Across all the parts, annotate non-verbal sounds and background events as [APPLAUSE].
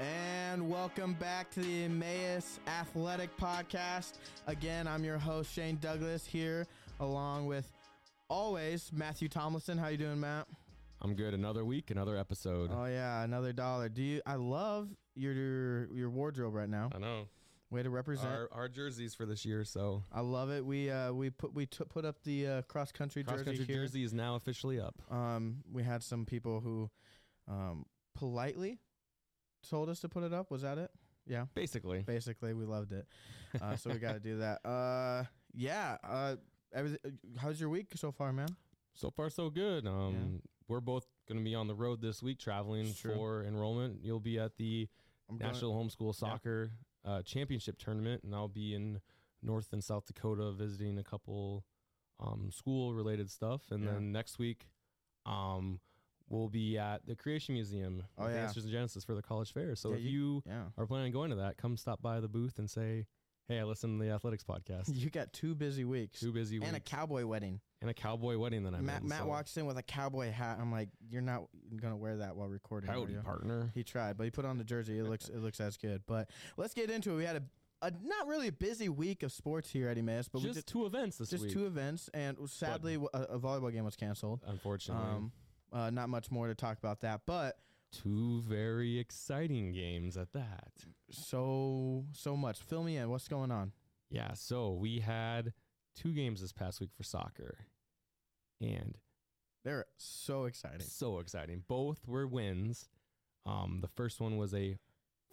and welcome back to the Emmaus Athletic Podcast. Again, I'm your host Shane Douglas here, along with always Matthew Tomlinson. How you doing, Matt? I'm good. Another week, another episode. Oh yeah, another dollar. Do you? I love your your, your wardrobe right now. I know. Way to represent. Our, our jerseys for this year, so I love it. We uh, we put we took put up the uh, cross country cross jersey country here. jersey is now officially up. Um, we had some people who um, politely told us to put it up. Was that it? Yeah. Basically, Basically, we loved it. Uh, so we got [LAUGHS] to do that. Uh, yeah. Uh, everything, how's your week so far, man? so far so good. Um, we're both going to be on the road this week, traveling It's true. for enrollment. You'll be at the going- National Homeschool Soccer uh, Championship tournament, and I'll be in North and South Dakota visiting a couple um, school-related stuff, and then next week, um, we'll be at the Creation Museum, Oh, with yeah. Dancers and Genesis for the college fair. So Yeah, if you- you [LAUGHS] yeah. are planning on going to that, come stop by the booth and say, "Hey, I listened to the athletics podcast." [LAUGHS] You got two busy weeks. Too busy and a week. cowboy wedding. and a cowboy wedding that I'm Matt, in, Matt so- walks in with a cowboy hat. I'm like, you're not gonna wear that while recording. Howdy, are you?" partner. He tried, but he put on the jersey. It looks it looks as good. But let's get into it. We had a, a not really a busy week of sports here at Emmaus, but we just, just two events this just week. two events, and sadly, w- a, a volleyball game was canceled. unfortunately, Um, uh, not much more to talk about that, but two very exciting games at that. so so much. Fill me in. What's going on? Yeah, so we had two games this past week for soccer, and They're so exciting. so exciting. Both were wins. Um, the first one was a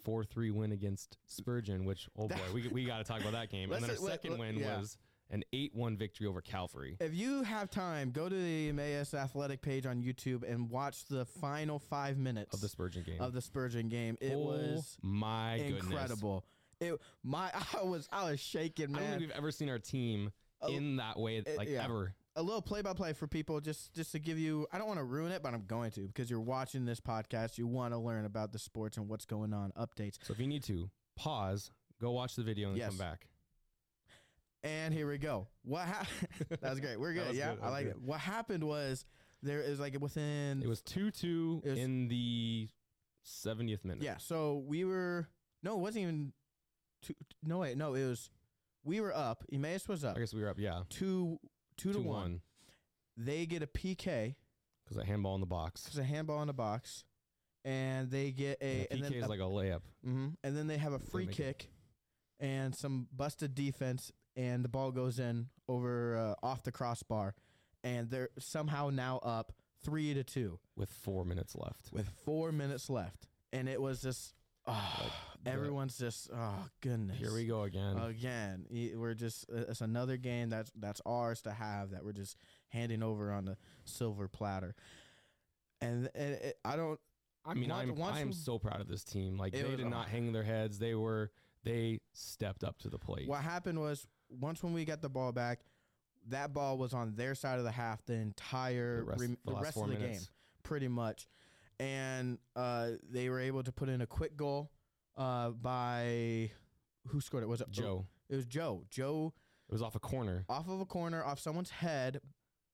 four-three win against Spurgeon, which oh boy, we we got to talk about that game. And then our Let's- let- second let- win yeah. was an eight-one victory over Calvary. If you have time, go to the Emmaus Athletic page on YouTube and watch the final five minutes Of the Spurgeon game. Of the Spurgeon game, it was oh my goodness. incredible. It my [LAUGHS] I was I was shaking, I don't think man. Oh, we've ever seen our team in that way, like yeah. ever. a little play by play for people just just to give you I don't want to ruin it, but I'm going to because you're watching this podcast, you want to learn about the sports and what's going on, updates. So if you need to pause, go watch the video and Yes. come back. And here we go. What [LAUGHS] happened? [LAUGHS] that [LAUGHS] was great. We're good. was yeah, good. That I was like good. it. What happened was there is like within It was two-two was- in the seventieth minute. yeah. So we were no, it wasn't even two. No wait, no, it was we were up. Emmaus was up I guess we were up. Yeah, two two to two one. one They get a PK. because that handball in the box. It's a handball in the box, and they get a and PK then is a- like a layup. mhm, and then they have a free make it- kick and some busted defense, and the ball goes in over uh, off the crossbar, and they're somehow now up three to two. with four minutes left. with four minutes left, and it was just oh, everyone's just oh goodness. Here we go again. again. E- We're just it's another game that's that's ours to have that we're just handing over on the silver platter, and, and it, I don't. I mean, once- I'm, once I am we- so proud of this team. Like It they was- did not hang their heads. They were they stepped up to the plate. What happened was once when we got the ball back, that ball was on their side of the half the entire The rest- rem- the the last rest four of the minutes. game, pretty much. And uh, they were able to put in a quick goal uh, by who scored it? Was it Joe. It was Joe. Joe It was off a corner. off of a corner, off someone's head,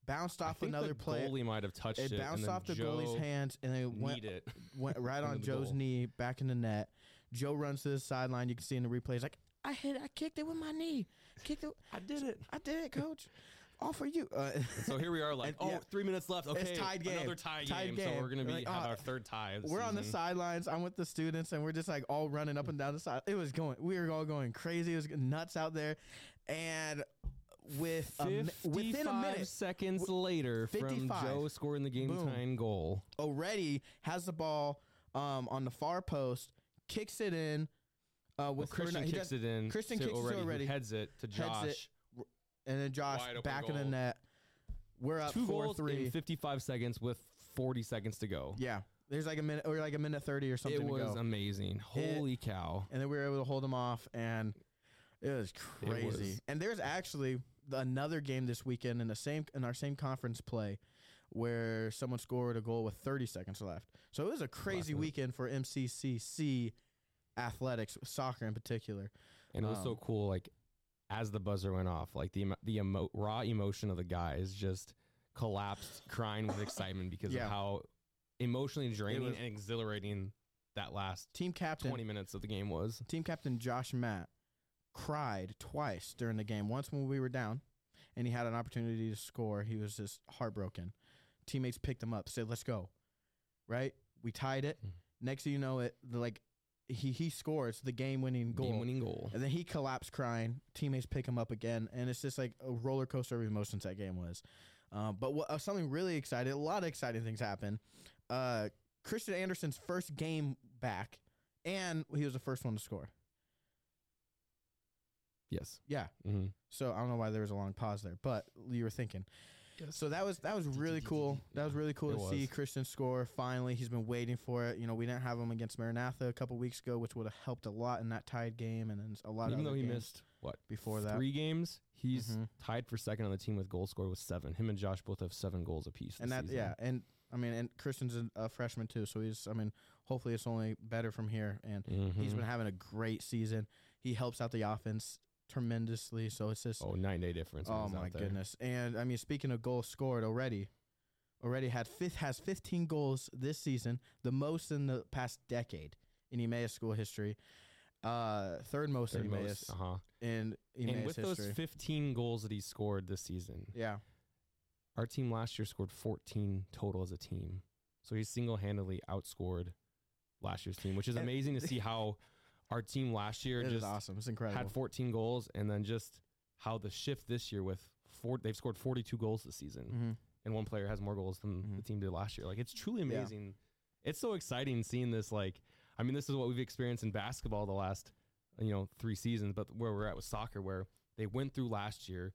bounced I off think another the player. goalie might have touched it. It and bounced then off the Joe goalie's hands and it went, kneed it. [LAUGHS] went right on Into the Joe's goal. knee, back in the net. Joe runs to the sideline. You can see in the replay, he's like, "I hit, I kicked it with my knee, kicked it, [LAUGHS] I did it, I did it, coach, all for you." [LAUGHS] Uh, So here we are, like And- oh, three yeah. minutes left. Okay, tied game. Another tie, Tied game. game. So we're gonna be Like, have oh, our third tie. Of the [LAUGHS] we're on the season. sidelines. I'm with the students, and we're just like all running up and down the side. It was going, we were all going crazy. It was nuts out there, and with a mi- within a 55 minute, seconds later, 55. from Joe scoring the game tying goal, already has the ball um, on the far post, kicks it in. Uh, with Christian Cornet- he kicks does- it in. Christian to kicks already, it who already. heads it to Josh. heads it, and then Josh Wide open back in the goal. net. We're up Two four goals three. in 55 seconds with 40 seconds to go. yeah, there's like a minute or like a minute thirty or something it was to go, amazing. Holy cow! and then we were able to hold them off, and it was crazy. was- And there's actually another game this weekend in the same in our same conference play where someone scored a goal with 30 seconds left. So it was a crazy weekend for MCCC athletics, soccer in particular. And it was Um, so cool. Like as the buzzer went off, like the emo- the emo- raw emotion of the guys just collapsed, crying with excitement because Yeah. of how emotionally draining was- and exhilarating that last Team captain 20 minutes of the game was. team captain Josh Matt cried twice during the game. Once when we were down and he had an opportunity to score, he was just heartbroken. Teammates picked him up, said, "Let's go." Right? We tied it. Mhm. Next thing you know it the, like he he scores the game-winning goal. Game-winning goal. and then he collapsed crying. Teammates pick him up again, and it's just like a roller coaster of emotions that game was. Um, but what, uh, something really exciting, a lot of exciting things happened. Uh, Christian Anderson's first game back, and he was the first one to score. Yes. Yeah. Mm-hmm. So I don't know why there was a long pause there, but you were thinking. Yes. So that was that was really cool. That was Yeah, really cool it to see was. Christian score finally. He's been waiting for it. You know, we didn't have him against Maranatha a couple weeks ago, which would have helped a lot in that tied game, and then a lot. Even of though other he games missed what before that, three games, he's Mhm. tied for second on the team with goal score with seven. Him and Josh both have seven goals apiece. and this that season. yeah, and I mean, and Christian's a- a freshman too, so he's. I mean, hopefully it's only better from here, and he's Mhm. been having a great season. He helps out the offense tremendously, so it's just oh nine day difference. when Oh he's out my there. goodness! And I mean, speaking of goals scored already, already had fifth has 15 goals this season, the most in the past decade in Emmaus school history. Uh, third most Third in Emmaus most. Uh-huh. in Emmaus And with history. those 15 goals that he scored this season, yeah, our team last year scored 14 total as a team. So he single handedly outscored last year's team, which is And- amazing [LAUGHS] to see how our team last year it is just awesome. It's incredible. had 14 goals, and then just how the shift this year with four, they've scored 42 goals this Mhm. season, and one player has more goals than the Mhm. team did last year. Like it's truly Yeah. amazing. It's so exciting seeing this. Like, I mean, this is what we've experienced in basketball the last, you know, three seasons, but where we're at with soccer, where they went through last year,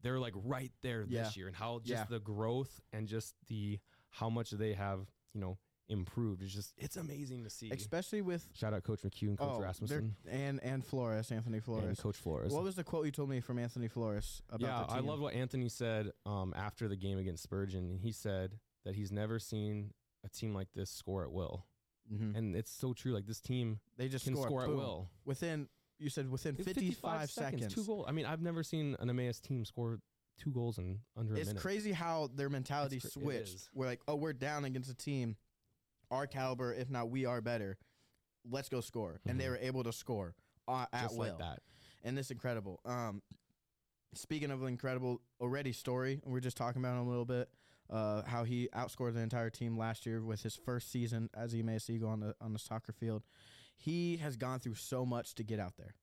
they're like right there Yeah. this year, and how just Yeah. the growth and just the how much they have, you know, improved. It's just it's amazing to see. Especially with Shout out Coach McHugh and Coach oh, they're- Rasmussen and and Flores, Anthony and Flores. Coach Flores. What was the quote you told me from Anthony Flores about yeah, the team? I love what Anthony said um, after the game against Spurgeon. He said that he's never seen a team like this score at will, Mhm. and it's so true. Like this team They just can scored score, at boom. will. within. You said within In 55, two goals. I mean, I've never seen an Emmaus team score two goals in under a It's minute. crazy how their mentality It's cra- it switched. is. We're like, oh, we're down against a team our caliber, if not we are better. Let's go score, and they Mhm. were able to score uh, at just will, like that. and it's incredible. Um, speaking of incredible, already story, we we're just talking about him a little bit. Uh, how he outscored the entire team last year with his first season as Emmaus Eagle on the on the soccer field. He has gone through so much to get out there.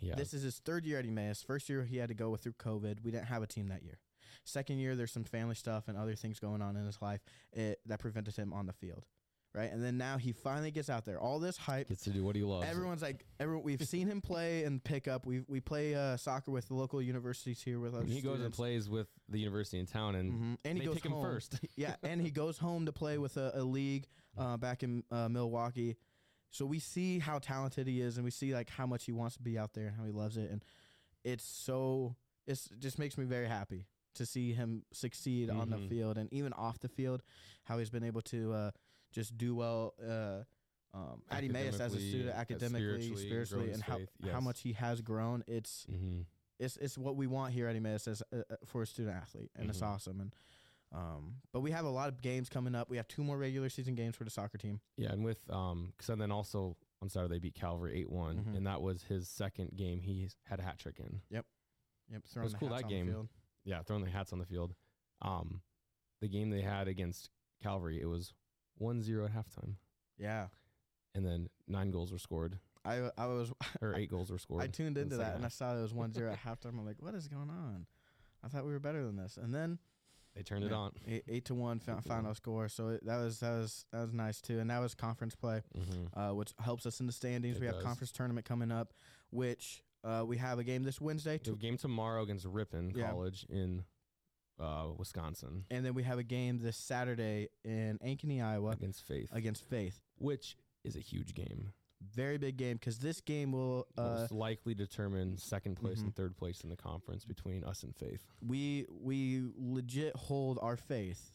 Yeah, This is his third year at Emmaus. First year he had to go with through COVID. We didn't have a team that year. Second year there's some family stuff and other things going on in his life it, that prevented him on the field, right? And then now he finally gets out there. All this hype. gets to do what he loves. Everyone's like, everyone. We've seen him play and pick up. We we play uh, soccer with the local universities here with us. and he goes and plays with the university in town, and hmm And he they goes pick him home. [LAUGHS] first. yeah, and he goes home to play with a, a league uh, back in uh, Milwaukee. So we see how talented he is, and we see like how much he wants to be out there and how he loves it, and it's so it's it just makes me very happy to see him succeed on the Mhm. field and even off the field, how he's been able to uh, just do well. Uh, um, Addie Mayes as a Academically, student, uh, academically, spiritually, spiritually, growing and his how, faith, how yes. much he has grown. It's mm-hmm. it's it's what we want here at Emmaus as uh, uh, for a student athlete, and it's Mhm. awesome. And um, but we have a lot of games coming up. We have two more regular season games for the soccer team. Yeah, and with um, so then also on Saturday they beat Calvary eight one, Mhm. and that was his second game he had a hat trick in. Yep, throwing was the cool, hats that on the game. field. Yeah, throwing the hats on the field. Um, the game they had against Calvary, it was 1-0 at halftime, Yeah, and then nine goals were scored I I was [LAUGHS] or eight goals were scored. I tuned into the that second and I half. saw it was one [LAUGHS] zero at halftime. I'm like, what is going on? I thought we were better than this, and then They turned it Yeah. on. eight, eight to one fi- Eight to final one. score. So it, that was that was that was nice too, and that was conference play. Mm-hmm. uh, which helps us in the standings. It we have does. conference tournament coming up, which uh, we have a game this Wednesday, To to, a game tomorrow against Ripon Yeah. College in uh, Wisconsin and then we have a game this Saturday in Ankeny, Iowa, against Faith, against Faith. which is a huge game. Very big game because this game will uh, Most likely determine second place and mhm. third place in the conference between us and Faith. we we legit hold our faith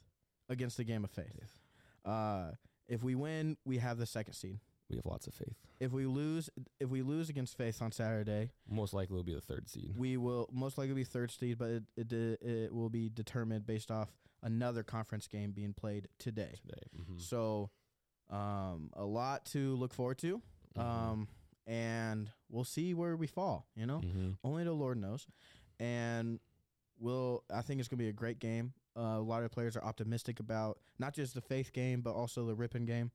against the game of faith. Uh, if we win, we have the second seed. We have lots of faith. If we lose, if we lose against Faith on Saturday, Most likely will be the third seed. we will most likely be third seed, but it it, de- it will be determined based off another conference game being played today. today. Mhm. So Um, a lot to look forward to. Um, and we'll see where we fall. You know, Mhm. only the Lord knows. And we'll. I think it's gonna be a great game. Uh, a lot of players are optimistic about not just the faith game, but also the Ripon game.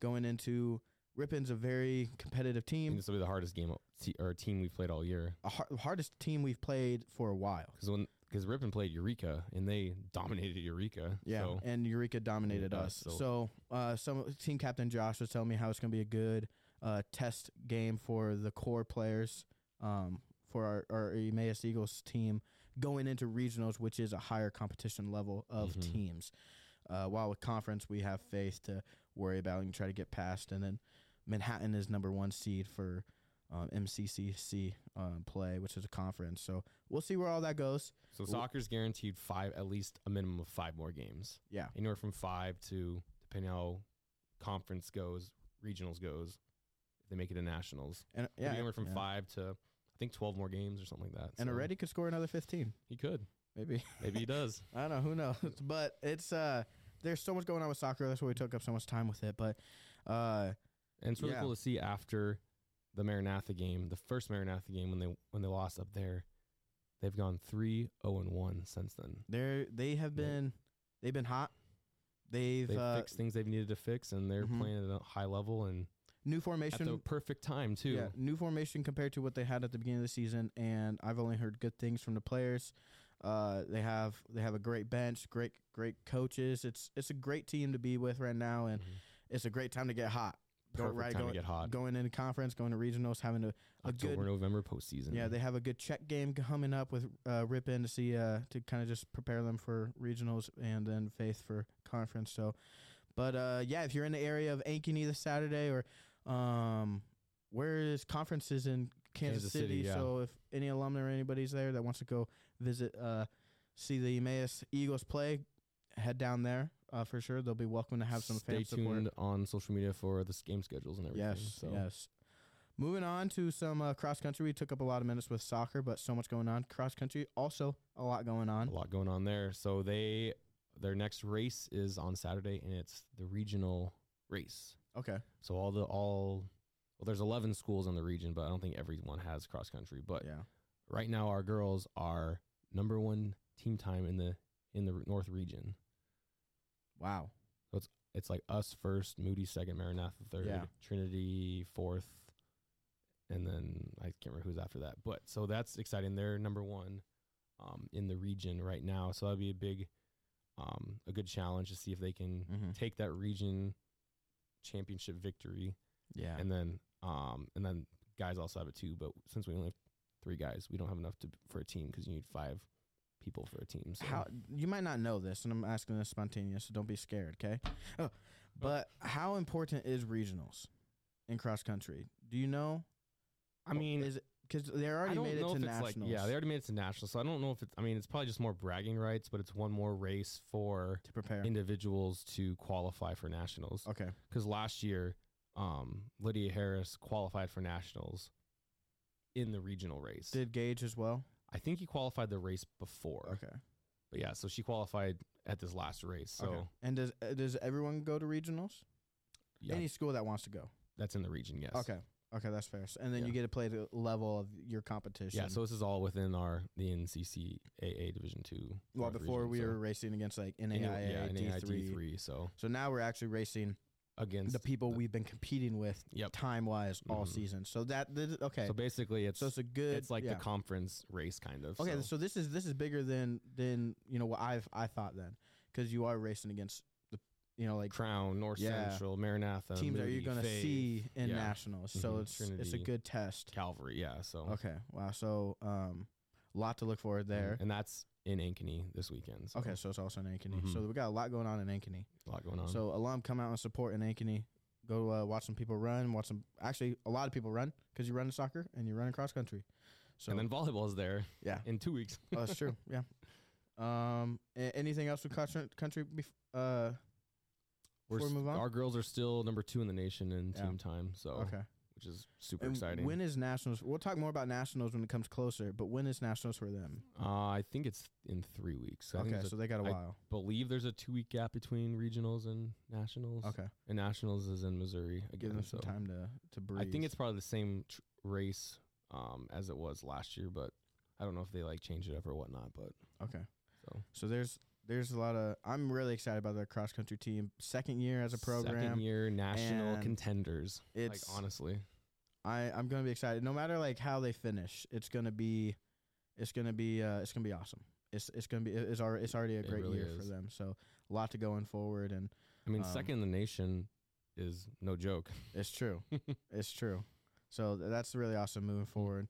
Going into Ripon's a very competitive I think team, this will be the hardest game o- te- or team we've played all year a har- hardest team we've played for a while. because when because Ripon played Eureka and they dominated Eureka. Yeah, so and Eureka dominated Yeah, us. so- So, uh, some team captain Josh was telling me how it's going to be a good uh, test game for the core players um, for our, our Emmaus Eagles team going into regionals, which is a higher competition level of Mhm. teams. Uh, while with conference, we have faith to worry about and try to get past. And then Manhattan is number one seed for um, MCCC um, play, which is a conference. So we'll see where all that goes. so Wh- soccer's guaranteed five at least a minimum of five more games. Yeah. anywhere from five to depending how conference goes, regionals goes. If they make it to nationals, And yeah, yeah, anywhere from yeah. five to I think twelve more games or something like that. And so already could score another 15, he could maybe. maybe he does. [LAUGHS] I don't know. Who [LAUGHS] knows? But it's uh, there's so much going on with soccer. That's why we took up so much time with it. But uh, And it's really Yeah. cool to see after the Maranatha game, the first Maranatha game when they when they lost up there, they've gone 3-0 and 1 since then. they they have They- been they've been hot. They've, They've uh, fixed things they've needed to fix and they're Mhm. playing at a high level and new at the formation. perfect time too. Yeah, new formation compared to what they had at the beginning of the season, and I've only heard good things from the players. Uh, they have they have a great bench, great great coaches. It's it's a great team to be with right now, and Mhm. it's a great time to get hot. Go, perfect right, time going, to get hot. going into conference, going to regionals, having a a good- October, November postseason. Yeah, they have a good check game coming up with uh, Ripon to see uh, to kind of just prepare them for regionals and then Faith for conference. So, but uh, yeah, if you're in the area of Ankeny this Saturday or um, where is conferences in Kansas, Kansas City, City, yeah. so if any alumni or anybody's there that wants to go visit, uh, see the Emmaus Eagles play, head down there uh, for sure. They'll be welcome to have some Stay fan support. tuned on social media for the s- game schedules and everything. Yes, so yes. Moving on to some uh, cross country. We took up a lot of minutes with soccer, but so much going on. Cross country, also a lot going a on. lot going on there. So they their next race is on Saturday and it's the regional race. Okay. So all the all well, there's 11 schools in the region, but I don't think everyone has cross country. But yeah. right now, our girls are number one team time in the in the r- North region. Wow. It's like us first, Moody second, Maranatha third, Yeah. Trinity fourth, and then I can't remember who's after that. But so that's exciting. They're number one um, in the region right now. So that'd be a big, um, a good challenge to see if they can Mm-hmm. take that region championship victory Yeah. and then um and then guys also have it too but since we only have three guys we don't have enough to for a team 'cause you need five people for a team so How you might not know this, and I'm asking this spontaneous, so don't be scared, okay? Oh, but how important is regionals in cross country? Do you know? i mean is because they i already don't made it know to if it's nationals. like yeah they already made it to nationals so i don't know if it's i mean it's probably just more bragging rights but it's one more race for to prepare. individuals to qualify for nationals okay. 'Cause last year um lydia harris qualified for nationals in the regional race Did Gage as well? i think he qualified the race before Okay. but yeah so she qualified at this last race so okay. And does uh, does everyone go to regionals? yeah Any school that wants to go. that's in the region yes Okay. Okay, that's fair. S- And then Yeah. you get to play the level of your competition. Yeah, so this is all within our the NCCAA Division Two. well, North before region, we so- were racing against like NAIA, yeah, NAIA D3. D3, so So now we're actually racing against the people the- we've been competing with Yep. time wise all Mhm. season. So that th- okay. So So, basically, it's it's a good. it's like yeah. the conference race kind of. okay. So. so, this is this is bigger than than you know what I've I thought then because you are racing against the you know like Crown, North Yeah. Central, Maranatha, teams that you're Moody, going to Faith, see in yeah. nationals. So Mhm. it's it's a Trinity. good test. Calvary. Yeah, so Okay. Wow. So um, lot to look forward and- there. and, that's in Ankeny this weekend. So Okay, so it's also in Ankeny. Mhm. So we got a lot going on in Ankeny. a lot going on. So alum, come out and support in Ankeny. Go uh, watch some people run. Watch some. Actually, a lot of people run because you run in soccer and you run in cross country. So and then volleyball is there yeah, in two weeks. oh, that's [LAUGHS] true. Yeah. Um, a- anything else with country? country bef- uh, We're Before we s- move on? Our girls are still number two in the nation in Yeah. team time. So okay. which which is Oh, super And exciting. When is nationals? We'll talk more about nationals when it comes closer. But when is nationals for them? uh, I think it's in three weeks. I think Okay, there's so they got a I- while. a, believe there's a two week gap between regionals and nationals. okay, And nationals is in Missouri give again. them So some time to to breathe. I think it's probably the same tr- race um, as it was last year, but I don't know if they like changed it up or whatnot. But okay. so So there's there's a lot of. I'm really excited about their cross country team. Second year as a second program. year national and contenders. Like It's honestly, I I'm gonna be excited. No matter like how they finish, it's gonna be, it's gonna be uh, it's gonna be awesome. It's it's gonna be it- it's already it's already a It great really year for is. them. So a lot to going forward, and I mean, Um, second in the nation is no joke. it's [LAUGHS] true. It's true. So th- that's really awesome moving forward,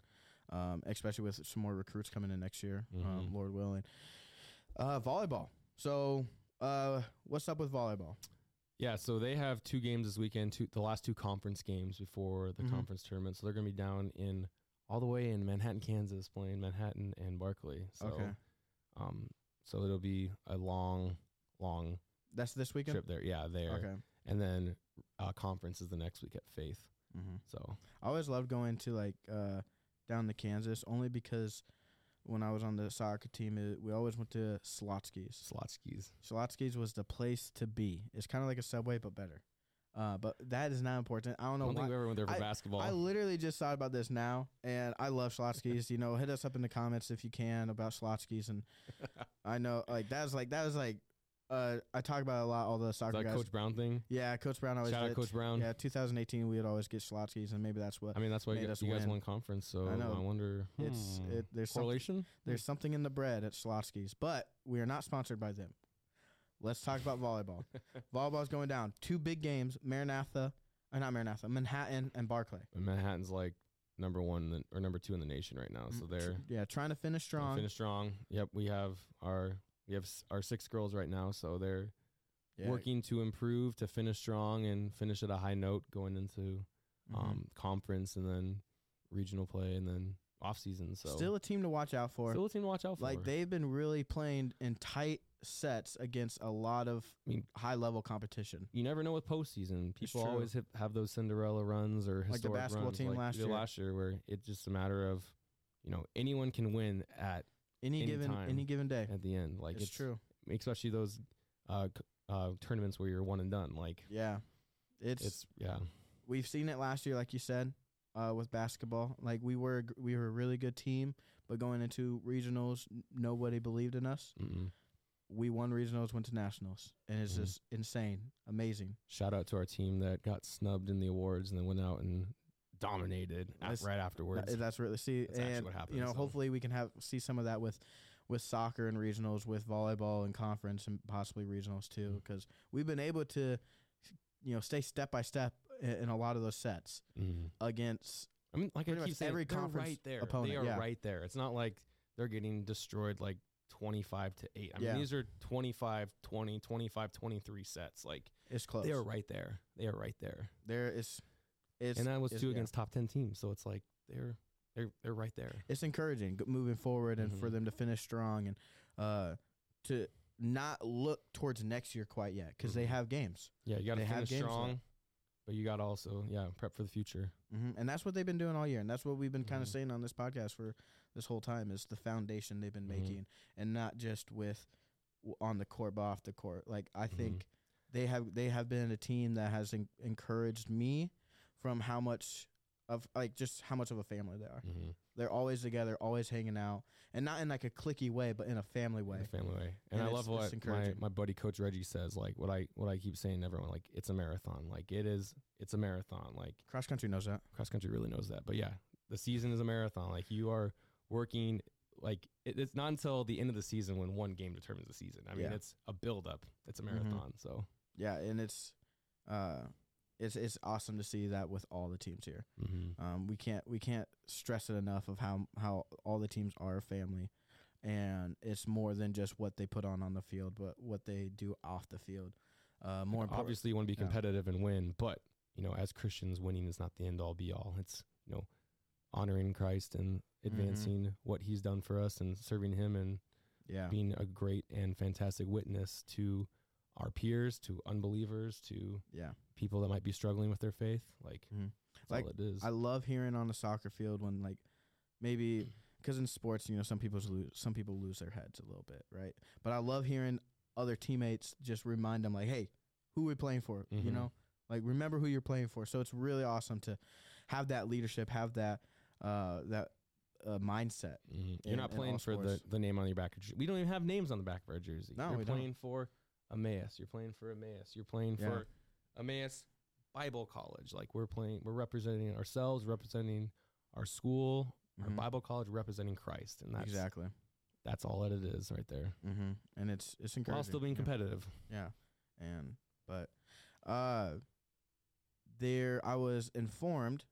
um, especially with some more recruits coming in next year, um, Mhm. Lord willing. Uh, volleyball. So, uh, what's up with volleyball? Yeah, so they have two games this weekend, two the last two conference games before the Mhm. conference tournament. So they're going to be down in all the way in Manhattan, Kansas, playing Manhattan and Barkley. So, okay, um, so it'll be a long, long that's this weekend. trip there. Yeah, there, Okay. and then uh, conference is the next week at Faith. Mm-hmm. So I always loved going to like uh, down to Kansas only because when I was on the soccer team, it, we always went to Slotsky's. Slotskis. Slotsky's was the place to be. It's kind of like a subway but better. Uh, but that is not important. I don't I know don't why. think we ever went there for basketball. I literally just thought about this now, and I love Slotsky's. you know, hit us up in the comments if you can about Slotsky's. [LAUGHS] And I know, like that was like that was like uh, I talk about it a lot. All the Is soccer that guys. Coach Brown thing? yeah, Coach Brown always. Shout out did. Coach Brown. Yeah, 2018 we would always get Slotsky's, and maybe that's what I mean, that's why you, made gu- us you guys win. won conference. So I I, know. wonder. it's. hmm, It, there's something, correlation. there's something in the bread at Slotsky's, but we are not sponsored by them. Let's talk about volleyball. [LAUGHS] Volleyball's going down. Two big games: Maranatha, or not Maranatha, Manhattan and Barclay. [LAUGHS] And Manhattan's like number one in the, or number two in the nation right now. Oh, So Mm, tr- they're yeah trying to finish they strong. Finish strong. Yep, we have our we have s- our six girls right now, so they're Yeah. working to improve to finish strong and finish at a high note going into Mhm. um, conference and then regional play and then off season. So Still a team to watch out for. still a team to watch out for. like they've been really playing in tight sets against a lot of I mean- high level competition. you never know with postseason. People true. always hit, have those Cinderella runs or the historic basketball runs team like we last did year. last year, where it's just a matter of you know anyone can win at Any Any given time. any given day. at the end. Like it's, true. especially those uh, c- uh, tournaments where you're one and done. Like Yeah. It's, it's, yeah, we've seen it last year like you said uh, with basketball. Like we were a gr- we were a really good team, but going into regionals n- nobody believed in us. mm-mm. We won regionals, went to nationals, and it's Mhm. just insane, amazing. shout out to our team that got snubbed in the awards and then went out and dominated a- That's- right Tha- afterwards. that's really see, That's actually and what you happened, know, so. hopefully we can have see some of that with with soccer and regionals, with volleyball and conference, and possibly regionals too, Mm. because we've been able to, you know, stay step by step in, in a lot of those sets Mhm. against. I mean, like I Pretty keep much saying, every they're conference right there. opponent, they are yeah. right there. It's not like they're getting destroyed like 25 to 8. I Yeah. mean, these are 25, 20, 25, 23 sets. Like It's close. they are right there. They are right there. There is, it's and that was it's- two yeah. against top 10 teams, so it's like they're they're they're right there. It's encouraging g- moving forward, and for Mhm. them to finish strong and uh, to not look towards next year quite yet, because they Mhm. have games. Yeah, you got They to have finish games left. strong, but you got to also, yeah, prep for the future. hmm And that's what they've been doing all year, and that's what we've been kind of Mhm. saying on this podcast for this whole time is the foundation they've been Mhm. making, and not just with w- on the court, but off the court. Like I Mhm. think they have they have been a team that has en- encouraged me from how much of like just how much of a family they are. Mm-hmm. They're always together, always hanging out, and not in like a clicky way, but in a family in way. the family way. And And, I it's- love it's what my, encouraging. my buddy Coach Reggie says. Like what I what I keep saying to everyone, like it's a marathon. Like it is it's a marathon. Like Cross country knows that. cross country really knows that. But yeah, the season is a marathon. Like you are working like it, it's not until the end of the season when one game determines the season. I mean, Yeah. it's a build up. It's a Mhm. marathon. So Yeah, and it's uh, it's it's awesome to see that with all the teams here. Um, we can't we can't stress it enough of how how all the teams are a family, and it's more than just what they put on on the field, but what they do off the field. Uh, more important, obviously you want to be yeah. competitive and win, but you know, as Christians, winning is not the end all be all. It's you know, honoring Christ and Mm-hmm. advancing what He's done for us and serving Him and yeah, being a great and fantastic witness to our peers, to unbelievers, to yeah. Mm-hmm. people that might be struggling with their faith. Like Like, all it is. I love hearing on the soccer field when like [CLEARS THROAT] maybe because in sports, you know, some people lose some people lose their heads a little bit, right? But I love hearing other teammates just remind them like, hey, who we're playing for, you Mhm. know, like remember who you're playing for. So it's really awesome to have that leadership, have that uh, that uh, mindset. Mhm. in- You're not in playing all for the, sports. the name on your back. of your jer- We don't even have names on the back of our jersey. No, You're we don't. playing for Emmaus. You're playing for Emmaus. You're playing Yeah. for Emmaus Bible College. Like we're playing, we're representing ourselves, representing our school, Mhm. our Bible college, representing Christ, and that's exactly. that's all that it is right there. Mm-hmm. And it's it's encouraging. While still being yeah. competitive. Yeah. And but uh there I was informed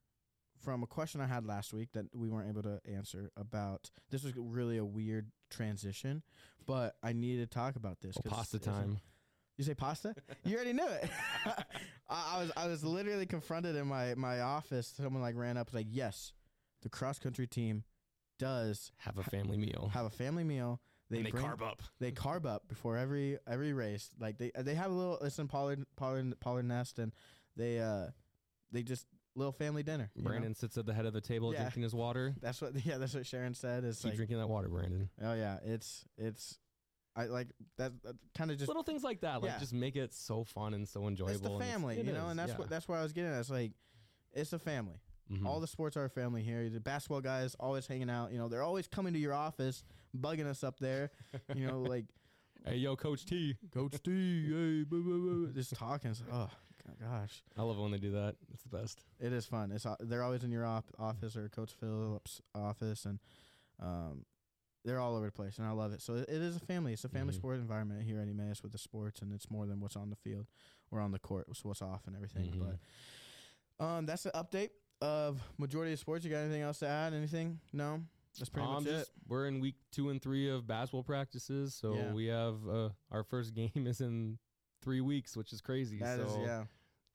from a question I had last week that we weren't able to answer about this was really a weird transition, but I needed to talk about this. Well, 'cause Oh, pasta it's a- [LAUGHS] time. You say pasta? you already knew [LAUGHS] it. I, I was I was literally confronted in my my office. Someone like ran up was like, "Yes, the cross country team does Have a family meal. have a family meal. They, Oh. and they bring, carb up. they carb up before every every race. Like they they have a little it's in Pollard Pollard Pollard Nest and they uh they just little family dinner. you know? Brandon sits at the head of the table Yeah. drinking his water. That's what [LAUGHS] yeah, that's what Sharon said. Is Keep like drinking that water, Brandon. oh yeah, it's it's I like that, that kind of just Little things like that, like Yeah. just make it so fun and so enjoyable. it's the and family, it you know, is, and that's yeah. what that's where I was getting at. It's like it's a family. Mhm. All the sports are a family here. The basketball guys always hanging out, you know, they're always coming to your office, bugging us up there, you [LAUGHS] know, like Hey, yo, Coach T. Coach D, hey, blah, blah, blah, blah," just talking. It's, oh gosh. I love it when they do that. It's the best. It is fun. It's al- they're always in your op- office or Coach Phillips' office, and um, they're all over the place, and I love it. So it, it is a family. It's a family Mhm. sport environment here at Emmaus with the sports, and it's more than what's on the field or on the court. It's what's off and everything. Mhm. But um, that's an update of majority of sports. You got anything else to add? Anything? No. That's pretty Um, much just- We're in week two and three of basketball practices, so Yeah. we have uh, our first game [LAUGHS] is in three weeks, which is crazy. it. That so is yeah.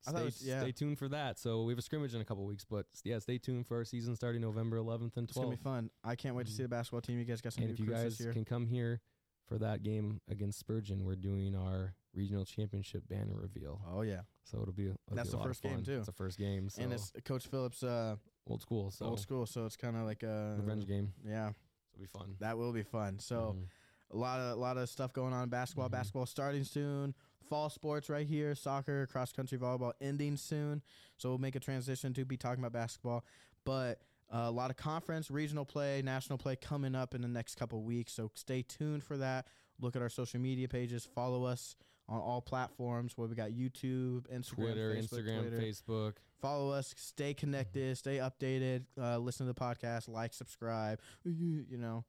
I thought stay, it was- yeah. stay tuned for that. So we have a scrimmage in a couple weeks, but s- yeah, stay tuned for our season starting November 11th and It's gonna 12th. be fun. I can't wait to see Mhm. the basketball team. You guys got some And new if you recruits guys this year. can come here for that game against Spurgeon, we're doing our regional championship banner reveal. Oh yeah, So it'll be it'll be That's a the lot of first game, fun. too. It's the first game, so and it's Coach Phillips, uh, old school, so old school, so it's kind of like a revenge game. Yeah, It'll be fun. That will be fun. So Mhm. a lot of a lot of stuff going on in basketball. Mhm. Basketball starting soon. Fall sports right here. Soccer, cross country volleyball ending soon. So we'll make a transition to be talking about basketball, but. Uh, a lot of conference, regional play, national play coming up in the next couple weeks. So stay tuned for that. Look at our social media pages. Follow us on all platforms. Where we got YouTube, Instagram, Twitter, Facebook, Instagram, Twitter Facebook. follow us stay Mm-hmm. connected stay updated uh, listen to the podcast like subscribe you know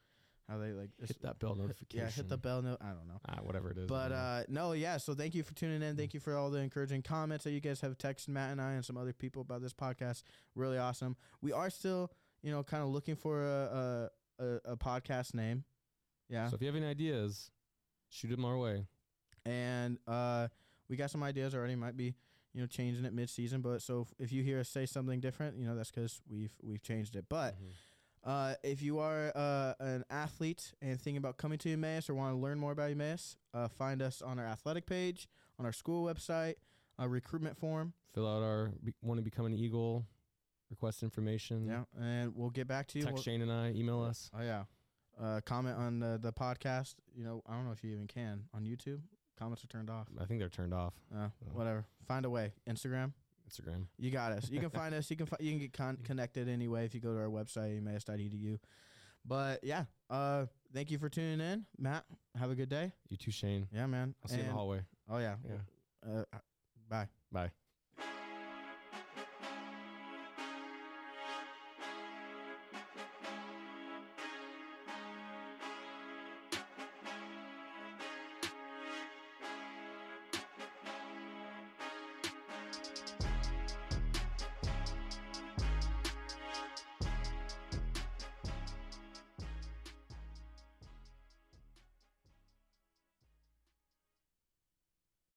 how they like hit that bell notification. [LAUGHS] yeah hit the bell no i don't know Ah, whatever it is. but I uh no yeah so thank you for tuning in Mm. thank you for all the encouraging comments that you guys have texted matt and i and some other people about this podcast really awesome we are still you know kind of looking for a, a a a podcast name don't yeah know. so if you have any ideas, shoot them our way. and uh, we got some ideas already. Might be you know changing it mid-season, but so if, if you hear us say something different, you know that's 'cause we've we've changed it. But Mm-hmm. uh, if you are uh, an athlete and thinking about coming to Emmaus or want to learn more about Emmaus, uh, find us on our athletic page, on our school website, a recruitment form. Fill out our be, want to become an eagle, request information. Yeah, and we'll get back to you. Mm-hmm. Text We'll- Shane and I. Email us. Oh yeah. Uh, comment on the, the podcast. You know, I don't know if you even can on YouTube. Comments are turned off. I think they're turned off. Uh, whatever. Find a way. Instagram. Instagram. You got us. [LAUGHS] You can find us. You can fi- you can get Mm-hmm. con- connected anyway if you go to our website edu. E But yeah, uh, thank you for tuning in, Matt. Have a good day. You too, Shane. Yeah, man. I'll see you in And- the hallway. Oh yeah. Yeah. Uh, bye. Bye.